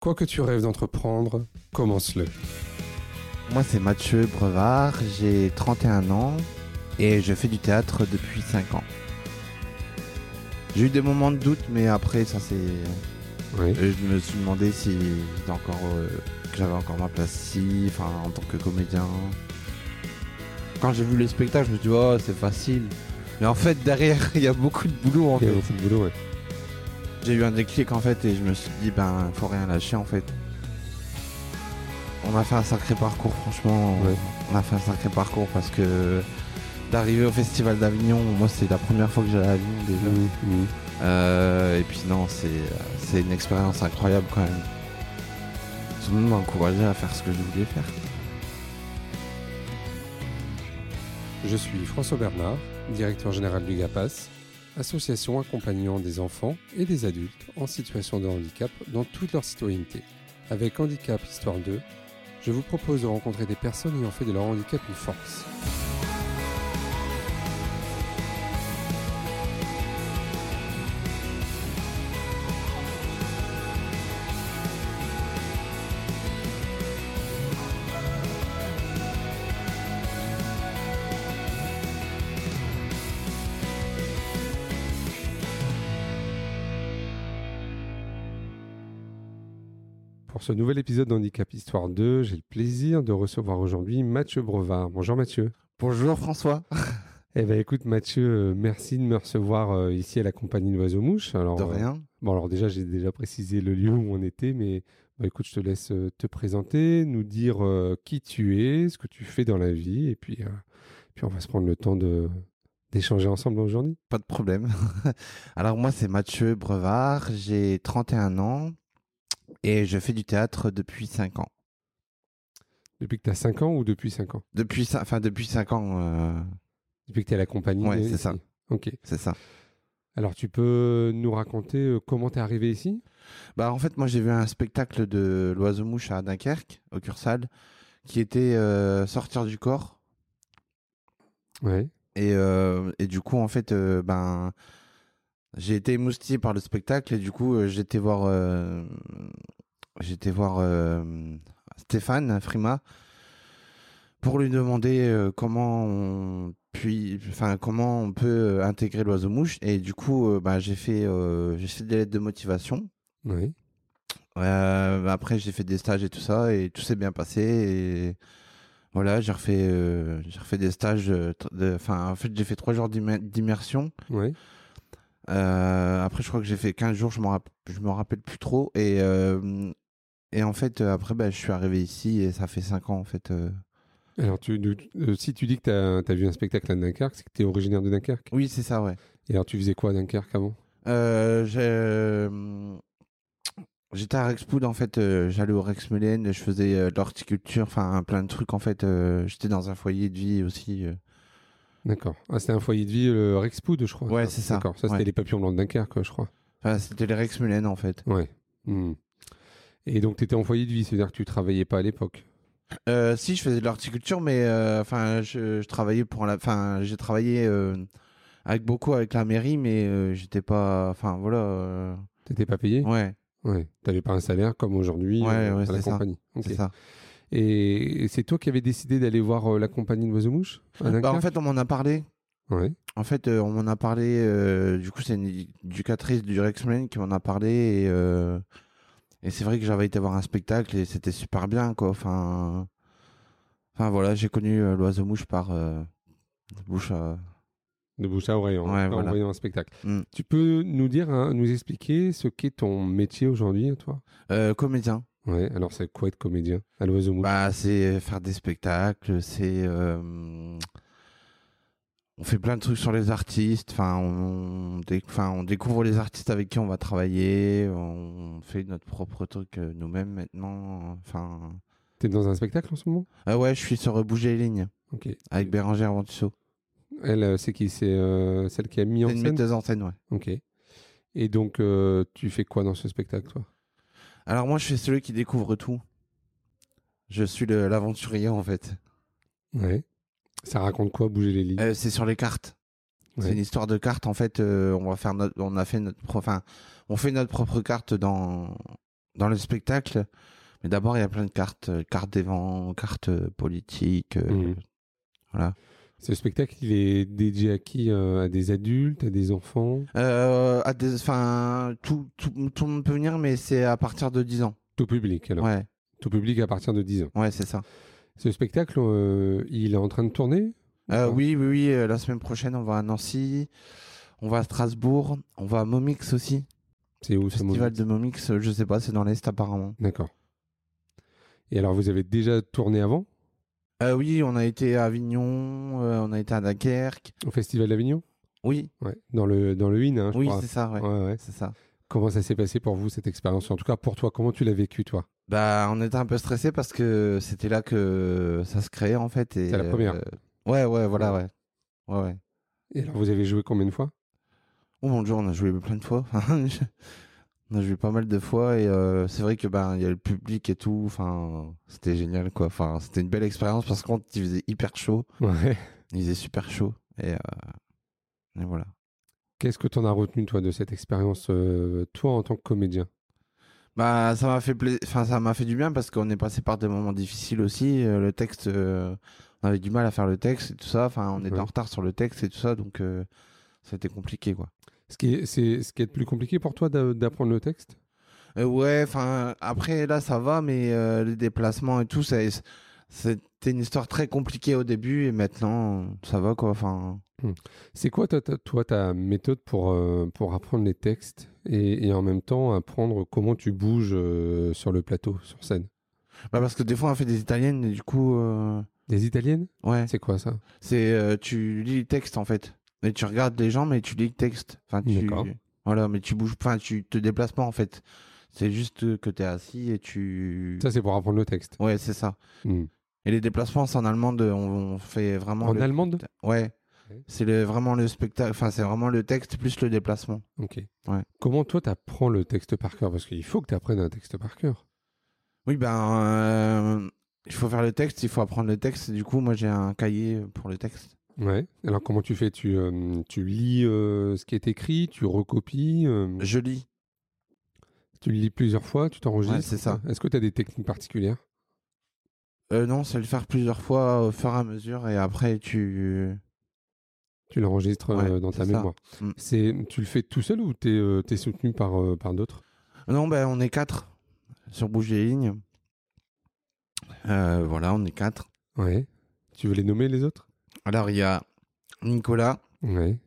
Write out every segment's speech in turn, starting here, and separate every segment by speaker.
Speaker 1: Quoi que tu rêves d'entreprendre, commence-le.
Speaker 2: Moi, c'est Mathieu Brevard, j'ai 31 ans et je fais du théâtre depuis 5 ans. J'ai eu des moments de doute, mais après, ça c'est.
Speaker 1: Oui.
Speaker 2: euh, Je me suis demandé si j'étais encore, euh, que j'avais encore ma place ici, enfin, en tant que comédien. Quand j'ai vu le spectacle, je me suis dit, oh, c'est facile. Mais en fait, derrière, il y a beaucoup de boulot en
Speaker 1: Il y a
Speaker 2: fait.
Speaker 1: beaucoup de boulot, ouais.
Speaker 2: J'ai eu un déclic en fait et je me suis dit ben faut rien lâcher en fait. On a fait un sacré parcours franchement.
Speaker 1: Ouais.
Speaker 2: On a fait un sacré parcours parce que d'arriver au festival d'Avignon, moi c'est la première fois que j'allais à Avignon déjà.
Speaker 1: Mhm.
Speaker 2: Euh, et puis non c'est c'est une expérience incroyable quand même. Tout le monde m'a encouragé à faire ce que je voulais faire.
Speaker 1: Je suis François Bernard, directeur général du GAPAS, association accompagnant des enfants et des adultes en situation de handicap dans toute leur citoyenneté. Avec Handicap Histoire 2, je vous propose de rencontrer des personnes ayant fait de leur handicap une force. Pour ce nouvel épisode d'Handicap Histoire 2, j'ai le plaisir de recevoir aujourd'hui Mathieu Brevard. Bonjour Mathieu.
Speaker 2: Bonjour François.
Speaker 1: Eh bien écoute Mathieu, euh, merci de me recevoir euh, ici à la compagnie d'Oiseau Mouche. Alors,
Speaker 2: De
Speaker 1: euh,
Speaker 2: rien.
Speaker 1: Bon, alors déjà, j'ai déjà précisé le lieu où on était, mais bah, écoute, je te laisse euh, te présenter, nous dire euh, qui tu es, ce que tu fais dans la vie, et puis, euh, puis on va se prendre le temps de d'échanger ensemble aujourd'hui.
Speaker 2: Pas de problème. Alors moi c'est Mathieu Brevard, j'ai 31 ans et je fais du théâtre depuis 5 ans.
Speaker 1: Depuis que tu as 5 ans ou depuis 5 ans
Speaker 2: Depuis, cin- enfin, depuis 5 ans, euh,
Speaker 1: Depuis que tu es à la compagnie
Speaker 2: Ouais,
Speaker 1: euh,
Speaker 2: c'est
Speaker 1: ici.
Speaker 2: ça.
Speaker 1: Ok.
Speaker 2: c'est ça.
Speaker 1: Alors, tu peux nous raconter euh, comment tu es arrivé ici
Speaker 2: Bah, en fait, moi, j'ai vu un spectacle de l'oiseau-mouche à Dunkerque, au Cursal, qui était euh, Sortir du corps.
Speaker 1: Ouais.
Speaker 2: Et, euh, et du coup, en fait, euh, ben, j'ai été émoustillé par le spectacle et du coup, euh, j'étais voir, euh, j'étais voir euh, Stéphane Frima pour lui demander euh, comment on puis, enfin, comment on peut euh, intégrer l'oiseau mouche. Et du coup, euh, ben, j'ai fait, euh, j'ai fait des lettres de motivation.
Speaker 1: Oui.
Speaker 2: Euh, bah après, j'ai fait des stages et tout ça, et tout s'est bien passé. Et voilà, j'ai refait, euh, j'ai refait des stages. euh, tr- de- Enfin, en fait, j'ai fait trois jours d'immer- d'immersion.
Speaker 1: Ouais.
Speaker 2: Euh, après, je crois que j'ai fait 15 jours, je m'en rapp- je me rappelle plus trop. Et, euh, et en fait, euh, après, bah, je suis arrivé ici, et ça fait cinq ans, en fait. euh.
Speaker 1: Alors, tu, nous- euh, si tu dis que tu as, vu un spectacle à Dunkerque, c'est que tu es originaire de Dunkerque.
Speaker 2: Oui, c'est ça, ouais.
Speaker 1: Et alors, tu faisais quoi à Dunkerque avant
Speaker 2: Euh, j'ai, euh, J'étais à Rexpoud en fait, euh, j'allais au Rexmelen, je faisais euh, de l'horticulture, enfin plein de trucs en fait. euh, J'étais dans un foyer de vie aussi. euh.
Speaker 1: D'accord. Ah, c'était un foyer de vie, le Rexpoud, je crois.
Speaker 2: Ouais, c'est ça.
Speaker 1: D'accord. Ça, c'était
Speaker 2: Ouais.
Speaker 1: les papillons blancs de Dunkerque, je crois.
Speaker 2: Enfin, c'était les Rex Mullen en fait.
Speaker 1: Ouais. Hmm. Et donc, tu étais en foyer de vie, c'est-à-dire que tu travaillais pas à l'époque.
Speaker 2: Euh, si, je faisais de l'horticulture, mais euh, enfin, je, je travaillais pour la. Enfin, j'ai travaillé euh, avec beaucoup avec la mairie, mais euh, j'étais pas. Enfin, voilà. euh,
Speaker 1: T'étais pas payé
Speaker 2: Ouais,
Speaker 1: Ouais. T'avais pas un salaire comme aujourd'hui
Speaker 2: Ouais,
Speaker 1: euh,
Speaker 2: ouais,
Speaker 1: à la
Speaker 2: c'est ça.
Speaker 1: compagnie. Ok.
Speaker 2: c'est ça.
Speaker 1: Et c'est toi qui avais décidé d'aller voir euh, la compagnie de Oiseau Mouche à
Speaker 2: Bah, en
Speaker 1: Dunkerque
Speaker 2: fait, on m'en a parlé.
Speaker 1: Ouais.
Speaker 2: En fait, euh, on m'en a parlé. euh, du coup, c'est une éducatrice du Rex Mullen qui m'en a parlé et. euh, Et c'est vrai que j'avais été voir un spectacle et c'était super bien, quoi. Enfin, enfin voilà, j'ai connu euh, l'oiseau mouche par euh, bouche à,
Speaker 1: De bouche à oreille, en,
Speaker 2: Ouais,
Speaker 1: en
Speaker 2: voilà.
Speaker 1: voyant un spectacle.
Speaker 2: Hmm.
Speaker 1: Tu peux nous dire, hein, nous expliquer ce qu'est ton métier aujourd'hui, toi
Speaker 2: euh, comédien.
Speaker 1: Ouais. Alors, c'est quoi être comédien à l'Oiseau Mouche
Speaker 2: Bah, c'est faire des spectacles, c'est. euh, on fait plein de trucs sur les artistes, enfin, on, dé- enfin, on découvre les artistes avec qui on va travailler, on fait notre propre truc euh, nous-mêmes maintenant, enfin.
Speaker 1: T'es dans un spectacle en ce moment
Speaker 2: Ah ouais, je suis sur euh, Bouger les lignes,
Speaker 1: Ok.
Speaker 2: avec Bérangère Ventusso.
Speaker 1: Elle, euh, c'est qui C'est euh, celle qui a mis en
Speaker 2: C'est une
Speaker 1: scène
Speaker 2: metteuse en scène, ouais.
Speaker 1: Ok. Et donc, euh, tu fais quoi dans ce spectacle, toi
Speaker 2: Alors moi, je suis celui qui découvre tout. Je suis le- l'aventurier, en fait.
Speaker 1: Ouais. Ça raconte quoi, bouger les lignes
Speaker 2: Euh, c'est sur les cartes.
Speaker 1: Ouais.
Speaker 2: C'est une histoire de cartes en fait. euh, on va faire notre, on a fait notre, pro- enfin, on fait notre propre carte dans dans le spectacle. Mais d'abord, il y a plein de cartes, euh, cartes des vents, cartes euh, politiques. euh,
Speaker 1: Mhm.
Speaker 2: Voilà.
Speaker 1: Ce spectacle, il est dédié à qui euh, À des adultes, à des enfants
Speaker 2: Euh, à des, enfin, tout, tout, tout le monde peut venir, mais c'est à partir de 10 ans.
Speaker 1: Tout public, alors.
Speaker 2: Ouais,
Speaker 1: Tout public à partir de 10 ans.
Speaker 2: ouais, c'est ça.
Speaker 1: Ce spectacle, euh, il est en train de tourner
Speaker 2: Euh,
Speaker 1: D'accord.
Speaker 2: oui, oui, oui. euh, la semaine prochaine, on va à Nancy, on va à Strasbourg, on va à Momix aussi.
Speaker 1: C'est où ce
Speaker 2: Festival
Speaker 1: moment
Speaker 2: de Momix, euh, je sais pas, c'est dans l'Est apparemment.
Speaker 1: D'accord. Et alors, vous avez déjà tourné avant
Speaker 2: Euh, oui, on a été à Avignon, euh, on a été à Dunkerque.
Speaker 1: au Festival d'Avignon
Speaker 2: Oui,
Speaker 1: ouais. Dans le dans le IN, hein, je
Speaker 2: oui,
Speaker 1: crois.
Speaker 2: c'est ça, ouais.
Speaker 1: Ouais, ouais.
Speaker 2: C'est ça.
Speaker 1: Comment ça s'est passé pour vous cette expérience En tout cas, pour toi, comment tu l'as vécu, toi
Speaker 2: Bah, on était un peu stressé parce que c'était là que ça se créait en fait. et,
Speaker 1: C'est la première.
Speaker 2: euh, Ouais, ouais, voilà, ouais. Ouais, ouais.
Speaker 1: Et alors, vous avez joué combien de fois
Speaker 2: Oh mon dieu, on a joué plein de fois. on a joué pas mal de fois et euh, c'est vrai que ben il y a le public et tout. Enfin, c'était génial quoi. Enfin, c'était une belle expérience parce qu'on il faisait hyper chaud.
Speaker 1: Ouais.
Speaker 2: Il faisait super chaud et, euh, et voilà.
Speaker 1: Qu'est-ce que t'en as retenu, toi, de cette expérience, euh, toi, en tant que comédien
Speaker 2: Bah, ça m'a fait pla- enfin, ça m'a fait du bien parce qu'on est passé par des moments difficiles aussi. Euh, le texte, euh, on avait du mal à faire le texte et tout ça. Enfin, on était
Speaker 1: Ouais.
Speaker 2: en retard sur le texte et tout ça, donc euh, ça a été compliqué, quoi.
Speaker 1: Ce qui est, c'est ce qui est le plus compliqué pour toi d'a- d'apprendre le texte
Speaker 2: Euh, ouais, enfin, après là, ça va, mais euh, les déplacements et tout, ça- c'était une histoire très compliquée au début et maintenant, ça va, quoi. Enfin,
Speaker 1: C'est quoi, toi, ta- toi, ta méthode pour, euh, pour apprendre les textes et, et en même temps apprendre comment tu bouges euh, sur le plateau, sur scène
Speaker 2: bah, parce que des fois, on fait des italiennes et du coup, euh,
Speaker 1: Des italiennes
Speaker 2: ouais,
Speaker 1: C'est quoi ça
Speaker 2: c'est euh, tu lis le texte en fait. Et tu regardes les gens, mais tu lis le texte. Enfin, tu...
Speaker 1: D'accord.
Speaker 2: Voilà, mais tu bouges, enfin, tu te déplaces pas en fait. C'est juste que t'es assis et tu.
Speaker 1: Ça, c'est pour apprendre le texte.
Speaker 2: Ouais, c'est ça.
Speaker 1: Hmm.
Speaker 2: Et les déplacements, c'est en allemande, on, on fait vraiment.
Speaker 1: En
Speaker 2: le-
Speaker 1: allemande
Speaker 2: Ouais.
Speaker 1: Ouais.
Speaker 2: C'est le, vraiment le spectacle, enfin, c'est vraiment le texte plus le déplacement.
Speaker 1: Ok.
Speaker 2: Ouais.
Speaker 1: Comment toi, tu apprends le texte par cœur Parce qu'il faut que tu apprennes un texte par cœur.
Speaker 2: Oui, ben. euh, Il faut faire le texte, il faut apprendre le texte. Du coup, moi, j'ai un cahier pour le texte.
Speaker 1: Ouais. Alors, comment tu fais tu, euh, tu lis euh, ce qui est écrit, tu recopies, euh,
Speaker 2: Je lis.
Speaker 1: tu le lis plusieurs fois, tu t'enregistres
Speaker 2: Ouais, c'est ça.
Speaker 1: Est-ce que tu as des techniques particulières
Speaker 2: Euh, non, c'est le faire plusieurs fois au fur et à mesure et après, tu.
Speaker 1: Tu l'enregistres euh,
Speaker 2: Ouais,
Speaker 1: dans ta
Speaker 2: c'est ça.
Speaker 1: mémoire.
Speaker 2: Mm.
Speaker 1: C'est, tu le fais tout seul ou tu es soutenu par, euh, par d'autres
Speaker 2: Non, ben on est quatre sur Bouge des Lignes. Euh, voilà, on est quatre.
Speaker 1: Ouais. Tu veux les nommer les autres
Speaker 2: Alors, il y a Nicolas,
Speaker 1: Ouais.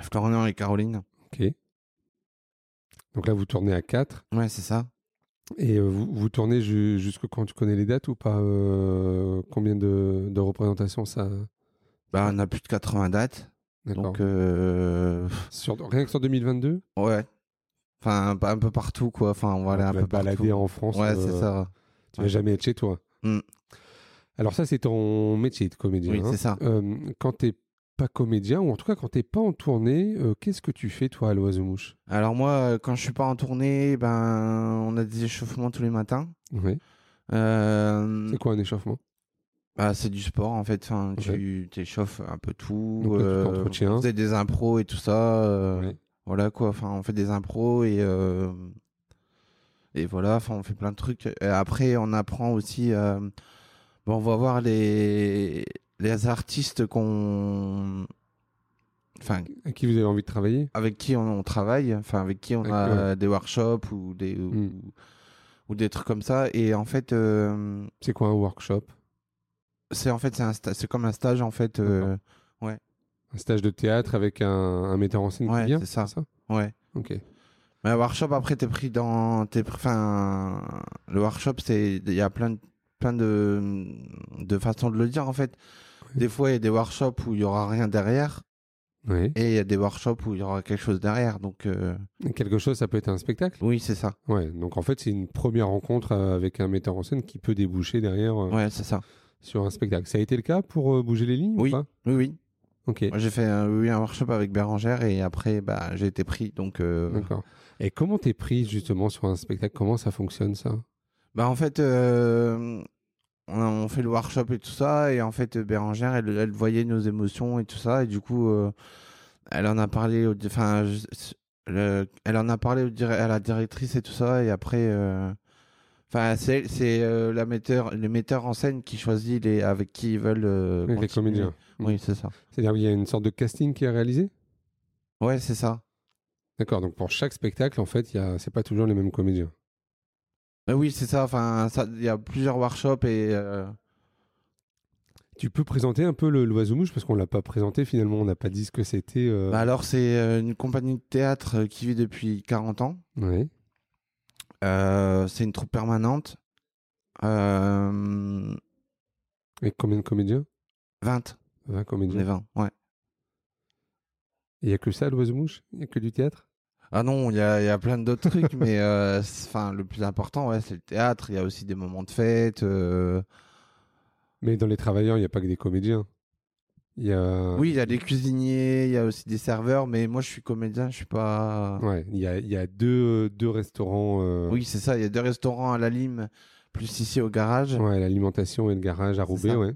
Speaker 2: Florian et Caroline.
Speaker 1: Ok. Donc là, vous tournez à 4
Speaker 2: Ouais, c'est ça.
Speaker 1: et euh, vous, vous tournez ju- jusque quand tu connais les dates ou pas euh, Combien de, de représentations ça
Speaker 2: Ben, on a plus de 80 dates.
Speaker 1: D'accord.
Speaker 2: Donc, euh,
Speaker 1: Sur- rien que sur 2022
Speaker 2: ouais. Enfin, un, un peu partout, quoi. Enfin, on va aller
Speaker 1: Tu
Speaker 2: un
Speaker 1: vas
Speaker 2: peu
Speaker 1: te balader
Speaker 2: partout.
Speaker 1: en France.
Speaker 2: Ouais,
Speaker 1: euh,
Speaker 2: c'est ça.
Speaker 1: Tu vas jamais être chez toi.
Speaker 2: Mm.
Speaker 1: Alors ça, c'est ton métier de comédien.
Speaker 2: Oui,
Speaker 1: hein.
Speaker 2: c'est ça.
Speaker 1: Euh, quand t'es pas comédien, ou en tout cas quand t'es pas en tournée, euh, qu'est-ce que tu fais toi à l'oiseau-mouche
Speaker 2: Alors, moi, euh, quand je suis pas en tournée, ben, on a des échauffements tous les matins.
Speaker 1: Ouais.
Speaker 2: Mm. Euh,
Speaker 1: C'est quoi un échauffement
Speaker 2: Bah, c'est du sport en fait. Enfin,
Speaker 1: Ok.
Speaker 2: Tu t'échauffes un peu tout.
Speaker 1: Donc là, tu
Speaker 2: euh,
Speaker 1: t'entretiens.
Speaker 2: on faisait des impros et tout ça. euh,
Speaker 1: Ouais.
Speaker 2: Voilà quoi. Enfin, on fait des impros et euh, et voilà. Enfin, on fait plein de trucs. Et après, on apprend aussi. euh, bon, on va voir les les artistes qu'on. Enfin,
Speaker 1: À qui vous avez envie de travailler
Speaker 2: avec qui on, on travaille, enfin avec qui on
Speaker 1: Avec,
Speaker 2: a
Speaker 1: ouais.
Speaker 2: euh, des workshops ou des ou,
Speaker 1: Mm.
Speaker 2: ou des trucs comme ça. Et en fait, euh,
Speaker 1: C'est quoi un workshop
Speaker 2: c'est en fait c'est un sta- c'est comme un stage en fait. euh,
Speaker 1: D'accord. Un stage de théâtre avec un, un metteur en scène
Speaker 2: Ouais,
Speaker 1: qui vient
Speaker 2: c'est ça. ouais.
Speaker 1: Ok.
Speaker 2: Mais un workshop, après, t'es pris dans. T'es pris... Enfin, le workshop, c'est. Il y a plein de plein de, de façons de le dire en fait.
Speaker 1: Oui.
Speaker 2: Des fois il y a des workshops où il y aura rien derrière
Speaker 1: Ouais.
Speaker 2: et il y a des workshops où il y aura quelque chose derrière. Donc euh,
Speaker 1: Et Quelque chose, ça peut être un spectacle.
Speaker 2: oui c'est ça.
Speaker 1: Ouais. Donc en fait, c'est une première rencontre euh, avec un metteur en scène qui peut déboucher derrière euh,
Speaker 2: Ouais c'est ça.
Speaker 1: sur un spectacle. Ça a été le cas pour euh, bouger les lignes
Speaker 2: Oui.
Speaker 1: ou pas
Speaker 2: Oui oui.
Speaker 1: Ok.
Speaker 2: Moi j'ai fait un, oui, un workshop avec Bérangère et après bah j'ai été pris donc. euh,
Speaker 1: D'accord. Et comment t'es prise justement sur un spectacle Comment ça fonctionne ça
Speaker 2: Bah en fait, euh, on, a- on fait le workshop et tout ça, et en fait euh, Bérangère, elle, elle voyait nos émotions et tout ça, et du coup, euh, elle en a parlé, au, enfin, je- le- elle en a parlé au dir- à la directrice et tout ça, et après, euh, Enfin, c'est c'est, euh, la metteur, le metteur en scène qui choisit les, avec qui ils veulent. euh,
Speaker 1: Avec les
Speaker 2: continuer.
Speaker 1: comédiens. Mmh.
Speaker 2: Oui, c'est ça.
Speaker 1: C'est-à-dire qu'il y a une sorte de casting qui est réalisé
Speaker 2: Ouais, c'est ça.
Speaker 1: D'accord, donc pour chaque spectacle, en fait, il y a... c'est pas toujours les mêmes comédiens.
Speaker 2: Euh, oui, c'est ça. Enfin, ça- il y a plusieurs workshops et. euh,
Speaker 1: Tu peux présenter un peu le- l'oiseau mouche parce qu'on l'a pas présenté finalement, on n'a pas dit ce que c'était. euh,
Speaker 2: bah alors, c'est euh, une compagnie de théâtre euh, qui vit depuis 40 ans.
Speaker 1: ouais.
Speaker 2: Euh, c'est une troupe permanente. Euh,
Speaker 1: Avec combien de comédiens
Speaker 2: 20.
Speaker 1: 20
Speaker 2: On est
Speaker 1: comédiens.
Speaker 2: 20, ouais.
Speaker 1: Il y a que ça, l'oiseau mouche Il y a que du théâtre
Speaker 2: Ah non, il y a, il y a plein d'autres trucs, mais euh, c'est- enfin, le plus important, ouais, c'est le théâtre. Il y a aussi des moments de fête. euh,
Speaker 1: Mais dans les travailleurs, il n'y a pas que des comédiens. Il y a.
Speaker 2: Oui, il y a des cuisiniers, il y a aussi des serveurs, mais moi je suis comédien, je suis pas.
Speaker 1: Ouais, il y a, il y a deux, deux restaurants. euh,
Speaker 2: Oui, c'est ça, il y a deux restaurants à la Lime, plus ici au garage.
Speaker 1: Ouais, l'alimentation et le garage à
Speaker 2: C'est
Speaker 1: Roubaix,
Speaker 2: ça.
Speaker 1: ouais.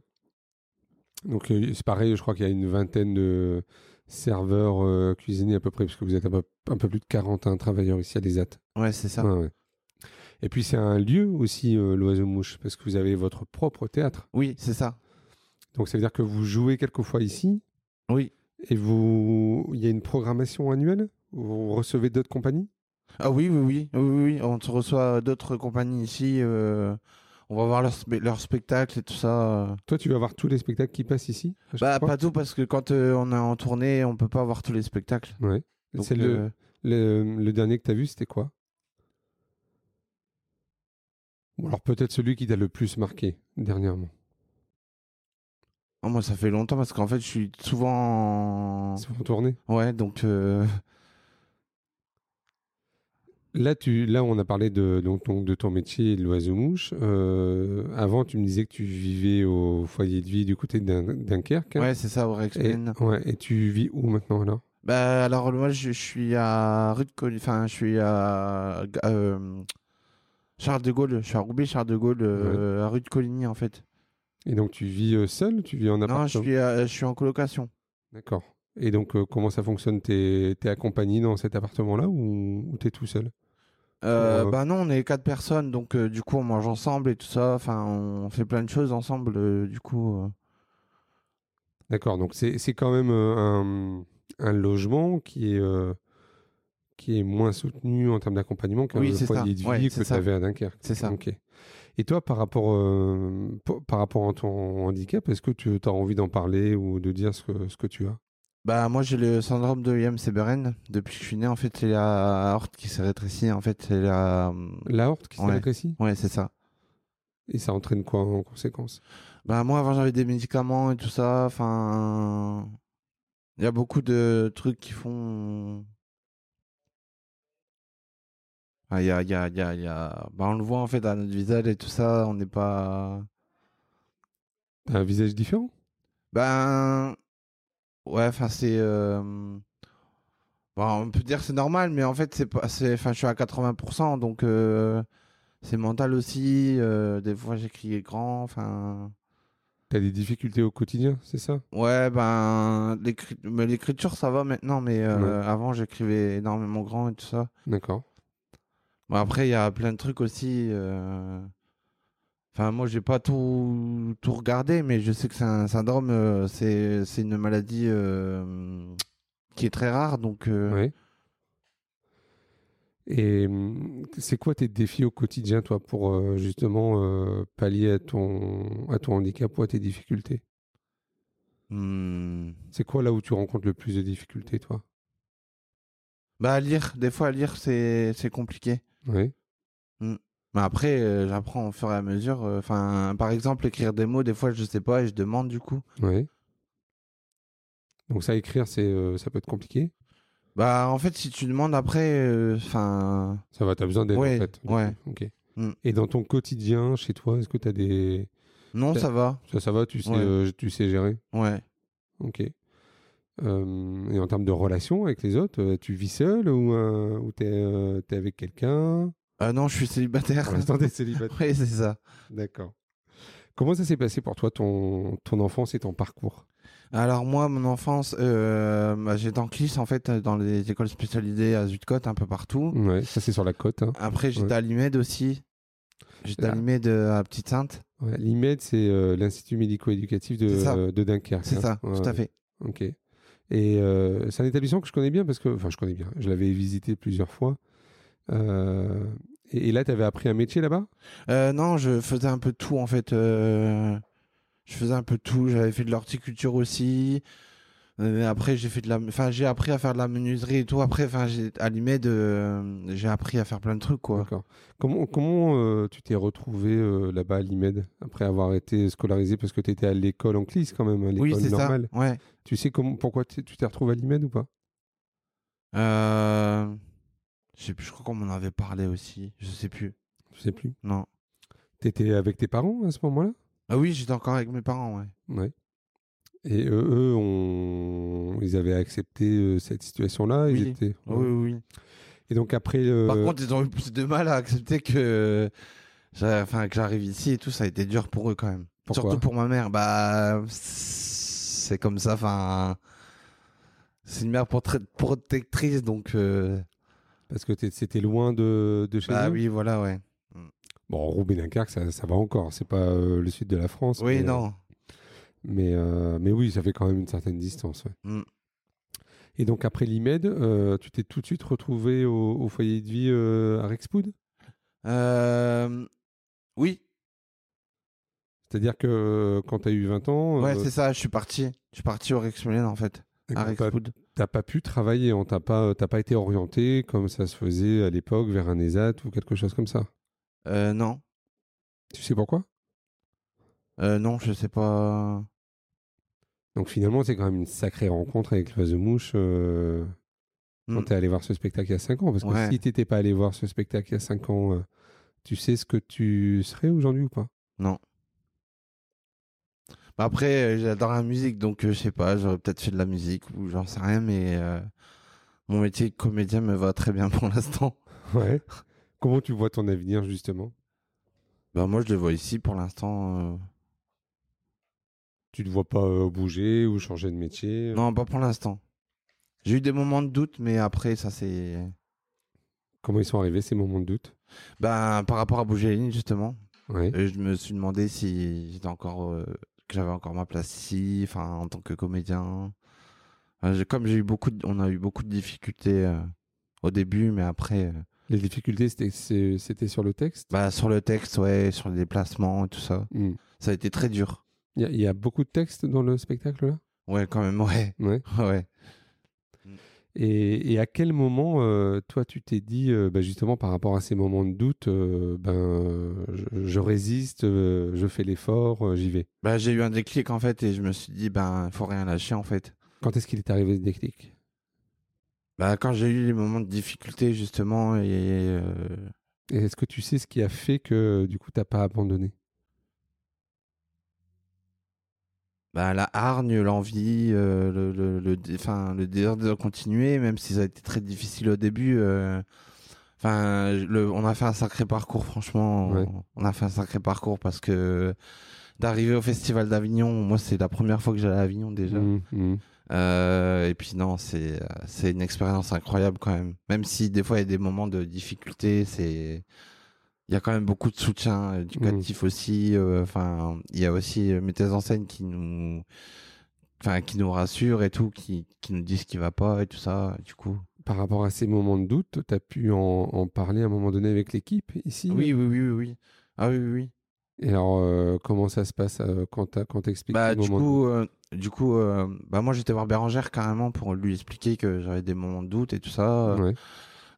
Speaker 1: Donc euh, c'est pareil, je crois qu'il y a une vingtaine de serveurs euh, cuisiniers à peu près, puisque vous êtes un peu, un peu plus de 41 travailleurs ici à l'ESAT.
Speaker 2: Ouais, c'est ça.
Speaker 1: Ouais, ouais. Et puis c'est un lieu aussi, euh, l'oiseau mouche, parce que vous avez votre propre théâtre.
Speaker 2: Oui, c'est ça.
Speaker 1: Donc ça veut dire que vous jouez quelquefois ici,
Speaker 2: Oui.
Speaker 1: et vous... il y a une programmation annuelle Vous recevez d'autres compagnies
Speaker 2: Ah oui, oui, oui, oui, oui, oui, on te reçoit d'autres compagnies ici. euh, On va voir leur, spe- leur spectacle et tout ça. euh.
Speaker 1: Toi, tu vas voir tous les spectacles qui passent ici à chaque
Speaker 2: Bah,
Speaker 1: fois
Speaker 2: pas tout, parce que quand euh, on est en tournée, on peut pas voir tous les spectacles.
Speaker 1: Ouais.
Speaker 2: Donc,
Speaker 1: C'est le,
Speaker 2: euh,
Speaker 1: le, le dernier que tu as vu, c'était quoi Ou alors peut-être celui qui t'a le plus marqué dernièrement.
Speaker 2: oh, moi, ça fait longtemps parce qu'en fait, je suis souvent. en-
Speaker 1: C'est pour tourner.
Speaker 2: Ouais, donc. euh,
Speaker 1: Là, tu, là, on a parlé de, donc, donc, de ton métier, de l'oiseau-mouche. Euh, avant, tu me disais que tu vivais au foyer de vie du côté de Dun- Dunkerque.
Speaker 2: Ouais, c'est ça, au
Speaker 1: et,
Speaker 2: Rexmen.
Speaker 1: ouais, et tu vis où maintenant alors
Speaker 2: Bah, alors moi je, je suis à rue de Col- enfin je suis à euh, Charles de Gaulle, je suis à Roubaix Charles de Gaulle euh, à rue de Coligny en fait.
Speaker 1: Et donc, tu vis euh, seul Tu vis en appartement
Speaker 2: Non, je suis à- je suis en colocation.
Speaker 1: D'accord. Et donc, euh, comment ça fonctionne T'es es accompagné dans cet appartement-là ou, tu t'es tout seul
Speaker 2: Euh,
Speaker 1: Ouais.
Speaker 2: bah non, on est quatre personnes donc euh, du coup on mange ensemble et tout ça, enfin on fait plein de choses ensemble euh, du coup. euh.
Speaker 1: D'accord, donc c'est c'est quand même euh, un, un logement qui est, euh, qui est moins soutenu en termes d'accompagnement qu'un
Speaker 2: Oui,
Speaker 1: foyer
Speaker 2: c'est ça.
Speaker 1: de vie
Speaker 2: Ouais,
Speaker 1: que
Speaker 2: c'est
Speaker 1: tu
Speaker 2: ça.
Speaker 1: avais à Dunkerque.
Speaker 2: C'est ça.
Speaker 1: Ok. Et toi, par rapport, euh, po- par rapport à ton handicap, est-ce que tu as envie d'en parler ou de dire ce que, ce que tu as
Speaker 2: Bah moi j'ai le syndrome de William Seberen depuis que je suis né en fait, c'est la horte qui s'est rétrécie en fait, c'est la
Speaker 1: La horte qui s'est
Speaker 2: Ouais.
Speaker 1: rétrécie
Speaker 2: euh, Ouais, c'est ça.
Speaker 1: Et ça entraîne quoi en conséquence
Speaker 2: Bah moi avant j'avais des médicaments et tout ça, enfin il y a beaucoup de trucs qui font Ah, il y a, il y a, il y a, il y a- Bah, on le voit en fait à notre visage et tout ça, on n'est pas
Speaker 1: T'as un visage différent
Speaker 2: ben ouais, enfin c'est euh, bah, on peut dire que c'est normal mais en fait c'est pas c'est enfin je suis à 80% donc euh, c'est mental aussi, euh, des fois j'ai crié grand, enfin
Speaker 1: T'as des difficultés au quotidien, c'est ça
Speaker 2: Ouais, ben, l'écri- mais l'écriture, ça va maintenant, mais euh, avant, j'écrivais énormément grand et tout ça.
Speaker 1: D'accord.
Speaker 2: Bon, après, il y a plein de trucs aussi. euh, Enfin, moi, j'ai pas tout, tout regardé, mais je sais que c'est un syndrome, euh, c'est c'est une maladie euh, qui est très rare, donc. euh,
Speaker 1: Ouais. Et hum, c'est quoi tes défis au quotidien, toi, pour euh, justement euh, pallier à ton, à ton handicap ou à tes difficultés
Speaker 2: hmm.
Speaker 1: C'est quoi là où tu rencontres le plus de difficultés, toi
Speaker 2: Bah, lire, des fois, lire, c'est c'est compliqué.
Speaker 1: Oui.
Speaker 2: Mais après, euh, j'apprends au fur et à mesure. euh, Enfin, par exemple, écrire des mots, des fois, je sais pas et je demande du coup.
Speaker 1: Oui. Donc ça, écrire, c'est, euh, ça peut être compliqué.
Speaker 2: Bah, en fait, si tu demandes après, euh, enfin.
Speaker 1: Ça va, tu as besoin d'aide,
Speaker 2: Ouais,
Speaker 1: en fait. du
Speaker 2: ouais.
Speaker 1: coup. Ok.
Speaker 2: Hum.
Speaker 1: Et dans ton quotidien, chez toi, est-ce que tu as des...
Speaker 2: Non,
Speaker 1: Peut-
Speaker 2: ça va.
Speaker 1: Ça, ça va, tu sais,
Speaker 2: Ouais.
Speaker 1: euh, tu sais gérer
Speaker 2: Ouais.
Speaker 1: Ok. Euh, et en termes de relation avec les autres, euh, tu vis seul ou, euh, ou t'es, euh, t'es avec quelqu'un
Speaker 2: Ah non, je suis célibataire.
Speaker 1: Pour l'instant, t'es célibataire.
Speaker 2: ouais, c'est ça.
Speaker 1: D'accord. Comment ça s'est passé pour toi, ton, ton enfance et ton parcours
Speaker 2: Alors moi, mon enfance, euh, bah, j'étais en classe en fait euh, dans les écoles spécialisées à Zuidcote, un peu partout.
Speaker 1: Mmh. Ouais, Ah. ça c'est sur la côte. hein.
Speaker 2: Après, j'étais
Speaker 1: Ouais.
Speaker 2: à l'IMED aussi. J'étais à l'IMED euh, à Petite Sainte.
Speaker 1: Ouais, L'IMED, c'est euh, l'Institut médico-éducatif de,
Speaker 2: C'est ça.
Speaker 1: euh, de Dunkerque.
Speaker 2: C'est
Speaker 1: hein.
Speaker 2: ça,
Speaker 1: Ouais,
Speaker 2: tout à fait.
Speaker 1: Ok. Et euh, c'est un établissement que je connais bien parce que, enfin, je connais bien. Je l'avais visité plusieurs fois. Euh, et, et là, tu avais appris un métier là-bas
Speaker 2: Euh, non, je faisais un peu de tout en fait. euh, Je faisais un peu de tout. J'avais fait de l'horticulture aussi. Euh, Après, j'ai fait de la, enfin, j'ai appris à faire de la menuiserie et tout. Après, enfin, j'ai à l'IMED, euh, j'ai appris à faire plein de trucs quoi.
Speaker 1: D'accord. Comment, comment euh, tu t'es retrouvé euh, là-bas à l'IMED après avoir été scolarisé parce que tu étais à l'école en CLIS quand même, à l'école
Speaker 2: Oui, c'est ça.
Speaker 1: normale
Speaker 2: Ouais.
Speaker 1: Tu sais comment, pourquoi t'es- tu t'es retrouvé à l'IMED ou pas
Speaker 2: Euh... Je sais plus. Je crois qu'on m'en avait parlé aussi. Je sais plus.
Speaker 1: Je sais plus.
Speaker 2: Non.
Speaker 1: Tu étais avec tes parents à ce moment-là
Speaker 2: Ah oui, j'étais encore avec mes parents. Ouais.
Speaker 1: Ouais. Et eux, eux, ont- ils avaient accepté euh, cette situation-là. Ils
Speaker 2: Oui.
Speaker 1: étaient...
Speaker 2: Ah Oui, oui. oui.
Speaker 1: Et donc après, euh,
Speaker 2: Par contre, ils ont eu plus de mal à accepter que, j'a- enfin, que j'arrive ici et tout. Ça a été dur pour eux quand même.
Speaker 1: Pourquoi
Speaker 2: Surtout pour ma mère. Bah, c'est comme ça. Enfin, c'est une mère portrait- protectrice, donc. euh,
Speaker 1: parce que t'es- c'était loin de, de chez
Speaker 2: Bah
Speaker 1: eux.
Speaker 2: oui, voilà, ouais.
Speaker 1: Bon, Roubaix-Dunkerque, ça, ça va encore. C'est pas euh, le sud de la France.
Speaker 2: Oui,
Speaker 1: mais-
Speaker 2: non.
Speaker 1: Mais, euh, mais oui, ça fait quand même une certaine distance. ouais.
Speaker 2: Mm.
Speaker 1: Et donc après l'IMED, euh, tu t'es tout de suite retrouvé au, au foyer de vie euh, à Rexpoud
Speaker 2: Euh, Oui,
Speaker 1: C'est-à-dire que euh, quand tu as eu 20 ans,
Speaker 2: ouais,
Speaker 1: euh,
Speaker 2: c'est ça. Je suis parti. Je suis parti au Rexmulen en fait.
Speaker 1: et
Speaker 2: À
Speaker 1: qu'on t'a-
Speaker 2: Rexpoud.
Speaker 1: t'as pas pu travailler, on t'a pas, t'as pas été orienté comme ça se faisait à l'époque vers un E ESAT ou quelque chose comme ça.
Speaker 2: Euh, non.
Speaker 1: Tu sais pourquoi
Speaker 2: Euh, non, je sais pas.
Speaker 1: Donc finalement, c'est quand même une sacrée rencontre avec le vase de mouche euh, quand
Speaker 2: Mm.
Speaker 1: tu es allé voir ce spectacle il y a 5 ans. Parce que
Speaker 2: Ouais.
Speaker 1: si tu n'étais pas allé voir ce spectacle il y a 5 ans, euh, tu sais ce que tu serais aujourd'hui ou pas
Speaker 2: Bah Après, euh, j'adore la musique, donc euh, je sais pas, j'aurais peut-être fait de la musique ou j'en sais rien, mais euh, mon métier de comédien me va très bien pour l'instant.
Speaker 1: Ouais. Comment tu vois ton avenir justement
Speaker 2: Bah moi, je le vois ici pour l'instant. euh,
Speaker 1: Tu te vois pas euh, bouger ou changer de métier euh,
Speaker 2: Non, pas pour l'instant. J'ai eu des moments de doute, mais après, ça c'est.
Speaker 1: Comment ils sont arrivés ces moments de doute
Speaker 2: Ben, par rapport à bouger les lignes, justement,
Speaker 1: Ouais.
Speaker 2: euh, je me suis demandé si j'étais encore. euh, que j'avais encore ma place ici, enfin, en tant que comédien. Enfin, j'ai- comme j'ai eu beaucoup de- on a eu beaucoup de difficultés euh, au début, mais après. euh,
Speaker 1: Les difficultés, c'était- c'est- c'était sur le texte
Speaker 2: Bah, sur le texte, ouais, sur les déplacements et tout ça.
Speaker 1: Il
Speaker 2: Ça a été très dur.
Speaker 1: y, a- il y a beaucoup de textes dans le spectacle là
Speaker 2: Ouais, quand même, ouais.
Speaker 1: Ouais.
Speaker 2: Ouais.
Speaker 1: Et, et à quel moment, euh, toi, tu t'es dit, euh, bah, justement, par rapport à ces moments de doute, euh, ben, euh, je, je résiste, euh, je fais l'effort, euh, j'y vais.
Speaker 2: Bah, j'ai eu un déclic en fait et je me suis dit, ben, faut rien lâcher en fait.
Speaker 1: Quand est-ce qu'il est arrivé le déclic
Speaker 2: Bah, quand j'ai eu les moments de difficulté justement et. euh,
Speaker 1: Et est-ce que tu sais ce qui a fait que, du coup, t'as pas abandonné
Speaker 2: bah, la hargne, l'envie, euh, le, le, le, dé- enfin, le désir de continuer, même si ça a été très difficile au début. euh, Enfin, le, on a fait un sacré parcours, franchement.
Speaker 1: Ouais.
Speaker 2: On a fait un sacré parcours parce que d'arriver au Festival d'Avignon, moi, c'est la première fois que j'allais à Avignon déjà.
Speaker 1: Mm, mm.
Speaker 2: Euh, et puis non, c'est euh, c'est une expérience incroyable quand même. Même si des fois il y a des moments de difficulté, c'est il y a quand même beaucoup de soutien éducatif aussi. euh, Enfin, il y a aussi euh, metteurs en scène qui nous, enfin qui nous rassurent et tout, qui qui nous disent ce qui va pas et tout ça. Du coup.
Speaker 1: Par rapport à ces moments de doute, tu as pu en, en parler à un moment donné avec l'équipe ici
Speaker 2: Oui, oui, oui, oui, oui. Ah oui, oui. oui.
Speaker 1: Et alors, euh, comment ça se passe euh, quand t'as- quand t'expliques
Speaker 2: Bah,
Speaker 1: ces
Speaker 2: du
Speaker 1: moments de doute
Speaker 2: coup, euh, du coup, euh, bah moi j'étais voir Bérangère carrément pour lui expliquer que j'avais des moments de doute et tout ça. euh,
Speaker 1: Ouais.